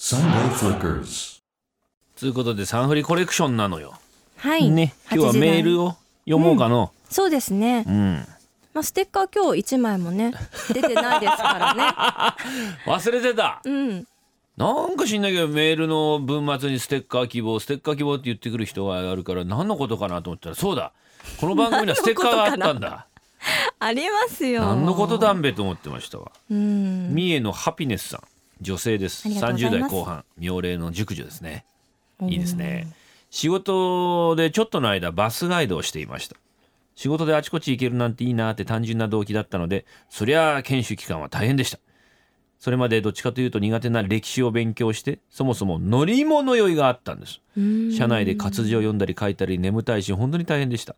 Sunday Flickers. ということでサンフリコレクションなのよ、はい、ね今日は8時台メールを読もうかのそうですね、うん、まあ、ステッカー今日一枚も ね出てないですから忘れてたねうんなんか知んないけどメールの文末にステッカー希望ステッカー希望って言ってくる人があるから何のことかなと思ったらそうだこの番組にはステッカーがあったん だありますよ何のことだんべと思ってましたわうん三重のハピネスさん女性ですありがとうござい30ま代す後半妙齢の熟女ですねいいですね仕事でちょっとの間バスガイドをしていました仕事であちこち行けるなんていいなって単純な動機だったのでそりゃあ研修期間は大変でしたそれまでどっちかというと苦手な歴史を勉強してそもそも乗り物酔いがあったんですうん社内で活字を読んだり書いたり眠たいし本当に大変でした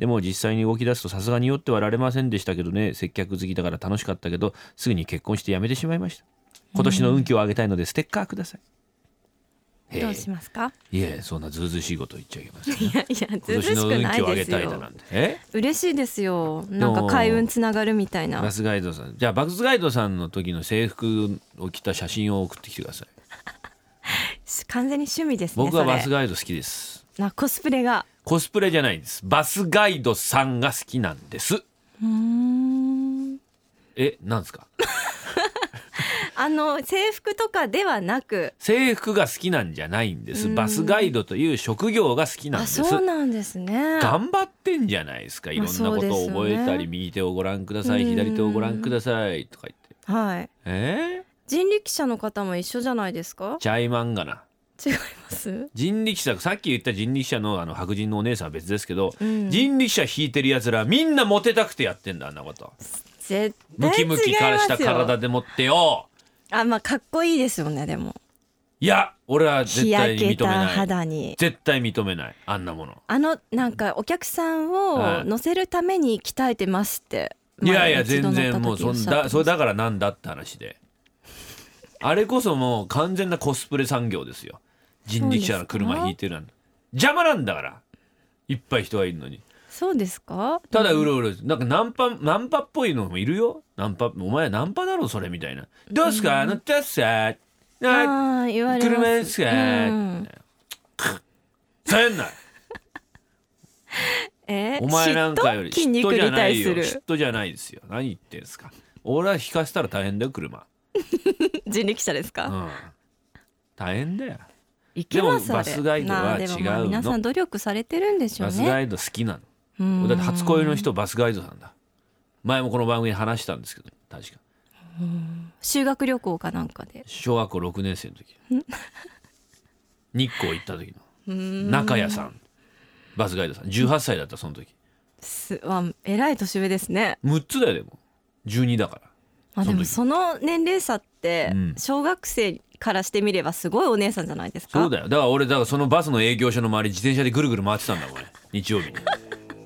でも実際に動き出すとさすがに酔ってはられませんでしたけどね接客好きだから楽しかったけどすぐに結婚して辞めてしまいました今年の運気を上げたいのでステッカーください、へえどうしますかいえそんなずうずうしいこと言っちゃいけませんいやいや今ず年ずしのく運な気を上げいですたいだなよんてえ嬉しいですよなんか開運つながるみたいなバスガイドさんじゃあバスガイドさんの時の制服を着た写真を送ってきてください完全に趣味ですね僕はバスそれガイド好きですなコスプレがコスプレじゃないんですバスガイドさんが好きなんですうーんえなんですかあの制服とかではなく制服が好きなんじゃないんですうんバスガイドという職業が好きなんあですそうなんですね頑張ってんじゃないですかいろんなこまあそうとでをすよ覚ねえたり、右手をご覧くださいうん左手をご覧くださいとか言ってはいえ人力車の方も一緒じゃないですかー、チャイマンがな違います人力車さっき言った人力車のあの白人のお姉さんは別ですけど、うん人力車引いてるやつらみんなモテたくてやってんだあんなこと絶ム対キ違いムますキよからした体でもってよあまあかっこいいですよねでもいや俺は日絶対焼にけ認めたない肌に絶対認めないあんなものあのなんかお客さんはいを乗せるために鍛えてますってい前やいや一度全然乗もっうた時おそっんしゃってだましたそれだからなんだって話であれこそもう完全なコスプレ産業ですよ人力車の車引いてるなんて邪魔なんだからいっぱい人がいるのにそうですかただうろうろなんかナンパナンパっぽいのもいるよナンパお前ナンパだろそれみたいな「どうすか乗ってっすあ車あー言われますですか?」うんせんなえー、お前なんかより嫉嫉妬妬筋じゃ肉にな対いよする嫉妬じゃないですよ何言ってんすか俺は引かせたら大変だよ車、人力車ですうか、ん、大変だよいけますでもあれバスガイドはなあでもまあ違うの皆さん努力されてるんでしょうバねスガイド好きなのうんだって初恋の人バスガイドさんだ前もこの番組で話したんですけど確か修学旅行かなんかで小学校6年生の時 日光行った時のうん中谷さんバスガイドさん18歳だったその時すわえらい年上ですね6つだよでも12だからまあそでの時もその年齢差ってうん小学生からしてみればすごいお姉さんじゃないですか、そうだよだから俺だからそのバスの営業所の周り自転車でぐるぐる回ってたんだもんね日曜日に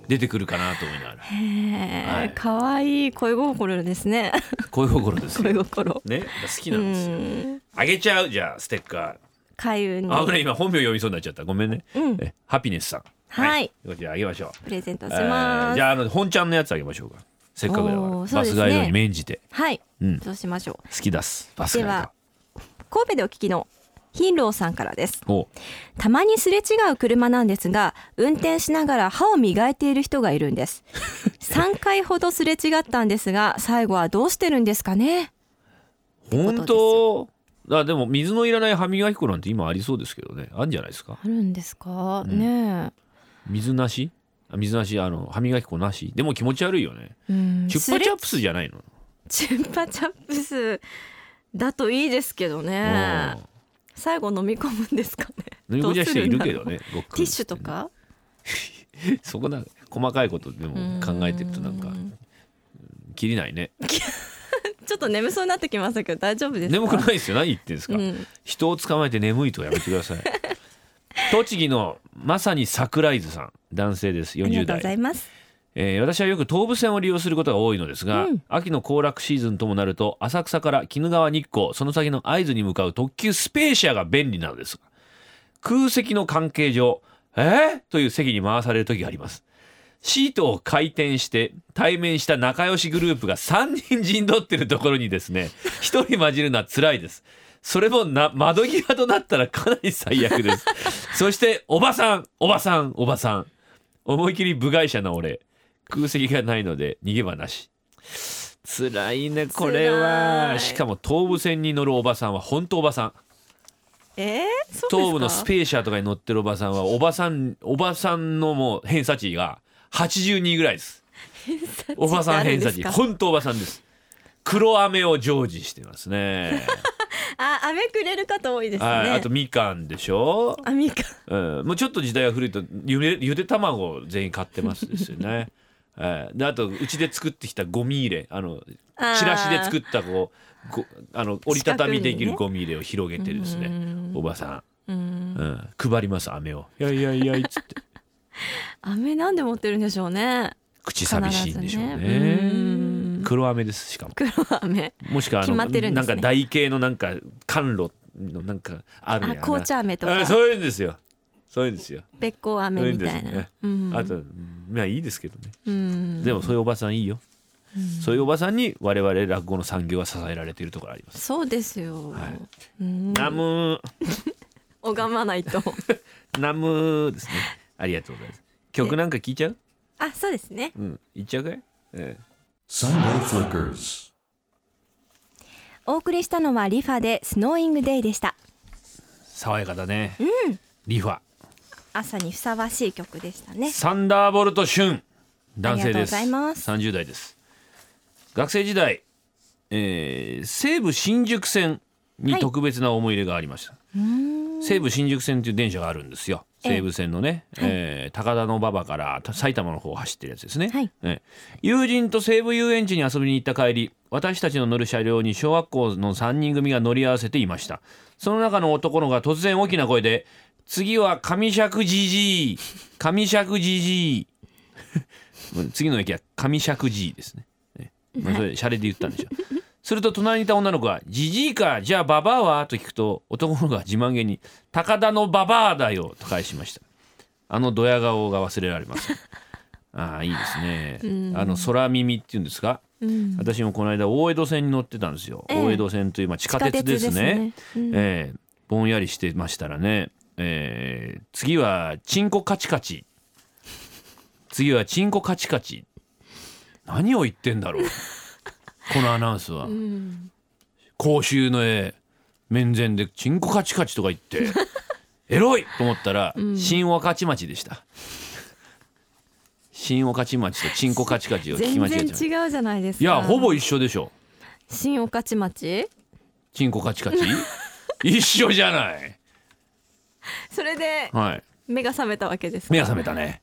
出てくるかなと思いながらはへいえ、可愛い恋心で すね。恋心です恋よ心。ねだから好きうなんですよん、あげちゃうじゃあステッカ開運ーあぶねに今本名読みそうになっちゃったごめんねうんえハピネスさんはいこちらあげましょうプレゼントしえーまじす。ゃああの本ちゃんのやつあげましょうかせっかくだから、おーそうバですスねガイドに免じてはい、うんそうしましょう。好きだすバスガイでは神戸でお聞きのヒーローさんからです。ドおたまにすれ違う車なんですが、運転しながら歯を磨いている人がいるん です。3回ほどすれ違ったんですが、最後はどうしてるんですかね。本当あでも水のいらない歯磨き粉なんて今ありそうですけどねあるんじゃないですかあるんですか、うんね水なしあ水なしあの歯磨き粉なしでも気持ち悪いよねえ。うんチュッパチャップスじゃないの、チュッパチャップスだといいですけどねうん最後飲み込むんですかね飲み込みはしているけどうすんだろどうねごっくんティッシュとか そこな細かいことでも考えてるとなんかうん切りないねちょっと眠そうになってきましたけど大丈夫ですか眠くないですよ何言ってんですか、うん人を捕まえて眠いとはやめてください 栃木のまさに桜井津さん男性ですありが40とうござ代いますえー私はよく東武線を利用することが多いのですが、うん秋の行楽シーズンともなると浅草から鬼怒川日光その先の会津に向かう特急スペーシアが便利なのですが空席の関係上えー、という席に回される時がありますシートを回転して対面した仲良しグループが3人陣取ってるところにですね1人混じるのは辛いですそれもな窓際となったらかなり最悪ですそしておばさんおばさんおばさん思い切り部外者な俺空席がないので逃げ場なし辛いねこれ辛はいしかも東武線に乗るおばさんは本当おばさんえー、そうですか東武のスペーシャーとかに乗ってるおばさんはおばさんおばさんのもう偏差値が82ぐらいですおばさん偏差値あるですか本当おばさんです黒飴を常時してますねあ飴くれる方多いですねはいあとみかんでしょ、あみかんうん、もうちょっと時代が古いとゆでゆで卵を全員買ってますですよねええであとうちで作ってきたゴミ入れあのあーチラシで作ったこうごあの折りたたみできる四角ゴミ入れを広げてですねうんおばさ、うんんうん、配ります飴をいやいやいやいっつって飴なんで持ってるんでしょうね口寂しいんでしょうね必ずねうん黒飴ですしかも黒飴もしくはあ決の、まってるんでなすんねか台形のなんか甘露のなんかあるやんあな紅茶飴とあかそういうんですよそういうんですよ、べっこう飴みたいそういうんですなねうんあとうんまあいいですけどねうんでもそういうおばさんいいよ、そういうおばさんに我々落語の産業は支えられているところあります、そうですよ、いうんナムー拝まないとナムーですねありがとうございます曲なんか聞いちゃうあそうですねうん言っちゃうかい、ええ Sunday Flickers. お送りしたのはリファでスノーイングデイでした爽やかだね、リファ朝にふさわしい曲でしたねサンダーボルト俊男性ですありがとうございます30代です学生時代、えー西武新宿線に特別な思い入れがありました、西武新宿線という電車があるんですよ西武線のね、えー高田馬場からた埼玉の方を走ってるやつですね、はいええ友人と西武遊園地に遊びに行った帰り私たちの乗る車両に小学校の3人組が乗り合わせていましたその中の男の子が突然大きな声で「次は上尺じじい上尺じじい」もう 次の駅は上尺じいですねねまあ、それシャレで言ったんでしょうすると隣にいた女の子が「じじいかじゃあババアは?」と聞くと男の子が自慢げに「高田のババアだよ」と返しましたあのドヤ顔が忘れられませんああいいですねあの空耳っていうんですかうん私もこの間大江戸線に乗ってたんですよ、ええ大江戸線という、まあ、地下鉄ですね地下鉄ですねうんええぼんやりしてましたらね、ええ次はチンコカチカチ次はチンコカチカチ何を言ってんだろうこのアナウンスは、うん公衆の絵面前でチンコカチカチとか言ってエロいと思ったら、新御徒町でした新御徒町とチンコカチカチを聞き全間違え然ちゃう違うじゃないですかいやほぼ一緒でしょ新御徒町チンコカチカ チ一緒じゃないそれではい目が覚めたわけですか目が覚めたね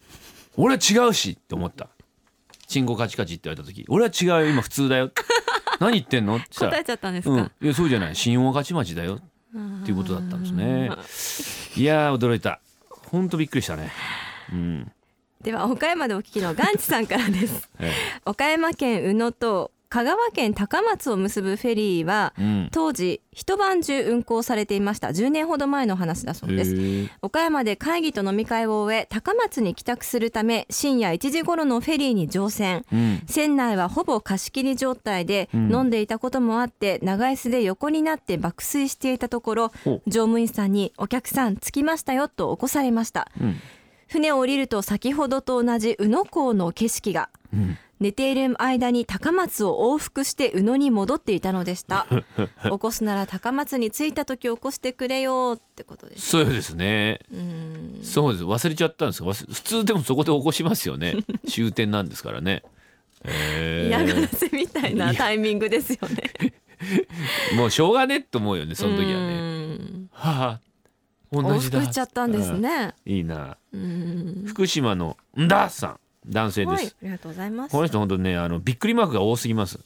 俺は違うしって思ったチンコカチカチって言われた時俺は違うよ今普通だ よ何言ってんのって言っ答たえらちゃったんですか、うんいやそうじゃない新大勝町だよっていうことだったんですねいやー驚いたほんとびっくりしたねうんでは岡山でお聞きのガンチさんからですえ岡山県宇野と香川県高松を結ぶフェリーはえうん当時一晩中運行されていました10年ほど前の話だそうですへえ岡山で会議と飲み会を終え高松に帰宅するため深夜1時頃のフェリーに乗船うん船内はほぼ貸し切り状態で、ん飲んでいたこともあって長椅子で横になって爆睡していたところお乗務員さんに「お客さん着きましたよ」と起こされましたうん船を降りると先ほどと同じ宇野港の景色がうん寝ている間に高松を往復して宇野に戻っていたのでした 起こすなら高松に着いた時起こしてくれよってことですそうですねうんそうです忘れちゃったんですが忘れ普通でもそこで起こしますよね終点なんですからねへえ嫌がらせみたいなタイミングですよねもうしょうがねえと思うよねその時はねねはあ 同往じだ復しちゃったんですねうんいいなうん福島のんださん男性ではいすありがとうございますこの人本当ねあのびっくりマークが多すぎます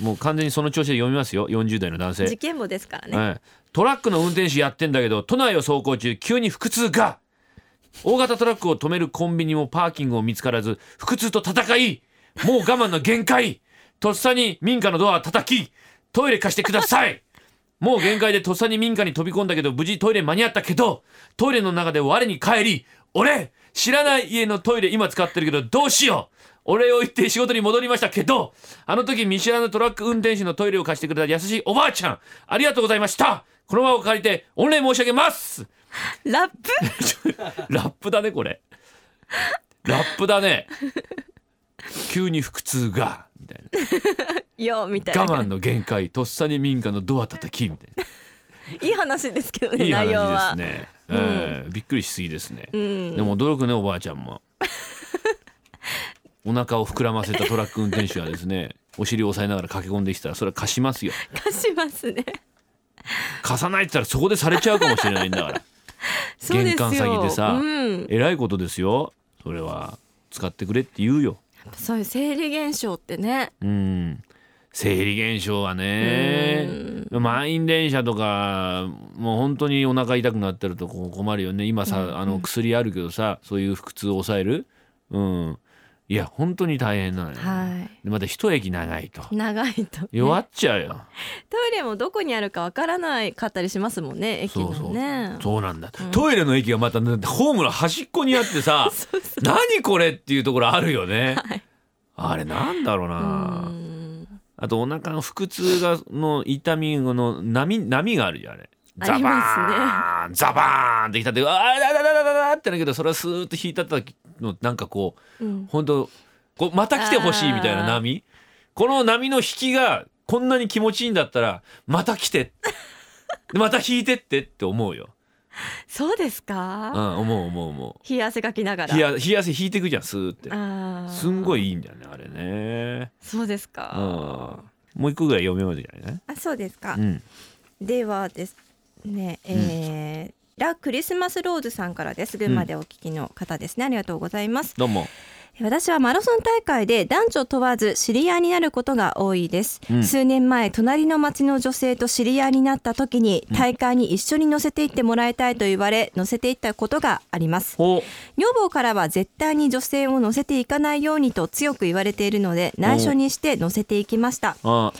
もう完全にその調子で読みますよ40代の男性事件簿ですからねはい、トラックの運転手やってんだけど都内を走行中急に腹痛が大型トラックを止めるコンビニもパーキングも見つからず腹痛と戦いもう我慢の限界とっさに民家のドアを叩きトイレ貸してくださいもう限界でとっさに民家に飛び込んだけど無事トイレ間に合ったけどトイレの中で我に帰り俺知らない家のトイレ今使ってるけどどうしようお礼を言って仕事に戻りましたけどあの時見知らぬトラック運転手のトイレを貸してくれた優しいおばあちゃんありがとうございましたこの場を借りて御礼申し上げますラップラップだねこれラップだね急に腹痛がみたいよみたいなな我慢の限界とっさに民家のドア叩きみたいいい話ですけどなねいい内容話はですね、えーびっくりしすぎですね、んでも驚くねおばあちゃん もお腹を膨らませたトラック運転手がですねお尻を押さえながら駆け込んできたらそれは貸しますよ貸しますね貸さないって言ったらそこでされちゃうかもしれないんだから そうです玄よ関先でさうん、えらいことですよそれは使ってくれって言うよそういう生理現象ってねうん生理現象はね満員電車とかもう本当にお腹痛くなってるとこう困るよね今さ、あの薬あるけどさそういう腹痛を抑えるうんいや本当に大変なのよ、はでまた一駅長いとい長いとね、弱っちゃうよ、トイレもどこにあるかわからないかったりしますもんね駅そのうそう、ねそうなんだ、トイレの駅がまたねホームの端っこにあってさ何これっていうところあるよね、あれなんだろうな、うんあとお腹の腹痛がの痛みの波波があるじゃんあれ。あーりン、ザバーンってきたってあーだだだだだだってなるけどそれはスーッと引いた時のなんかこううん本当こうまた来てほしいみたいな波この波の引きがこんなに気持ちいいんだったらまた来 てでまた引いてってって思うよ、そうですうん、か思う思う思冷や汗かきながうら冷や冷や汗引いていくじゃんスーってあーすんごいいいんだよねあれね、そうですかうん、もう一個ぐらい読めますじゃないね、あそうですかうんではですね、えーラ・クリスマスローズさんからです群馬でお聞きの方ですね、ありがとうございますどうも私はマラソン大会で男女問わず知り合いになることが多いです、うん数年前隣の町の女性と知り合いになった時に大会に一緒に乗せていってもらいたいと言われ乗せていったことがありますほう女房からは絶対に女性を乗せていかないようにと強く言われているので内緒にして乗せていきましたあ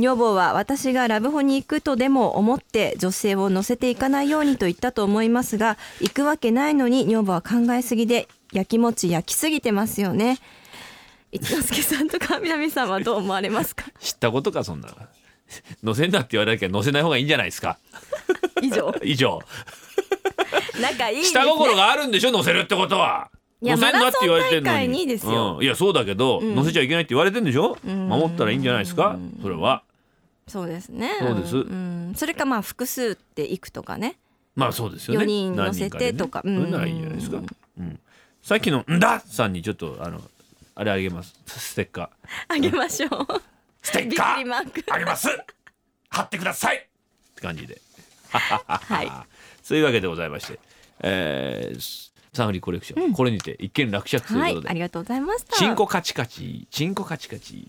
女房は私がラブホに行くとでも思って女性を乗せていかないようにと言ったと思いますが行くわけないのに女房は考えすぎでやきもち焼きすぎてますよね一之輔さんとか南さんはどう思われま すか知ったことかそんなの 乗せんなって言われたけど乗せない方がいいんじゃないですか以上以上仲いいです下心があるんでしょ乗せるってことはいや乗せんなって言われてんマラソンの大会ににですようん、いやそうだけど、ん乗せちゃいけないって言われてんでしょん守ったらいいんじゃないですかそれはそうですねそうですん、それかまあ複数って行くとかねまあそうですよね四人乗せてとか何人でねそれうんならいいんじゃないですか、うん、さっきの「んだ!」さんにちょっとあのあれあげますステッカーあげましょうステびっッカくりマーークあげます貼ってくださいって感じではいそういうわけでございまして、えー、サンフリーコレクション、これにて一件落着とはいうこといで、ありがとうございましたチンコカチカチチンコカチカチ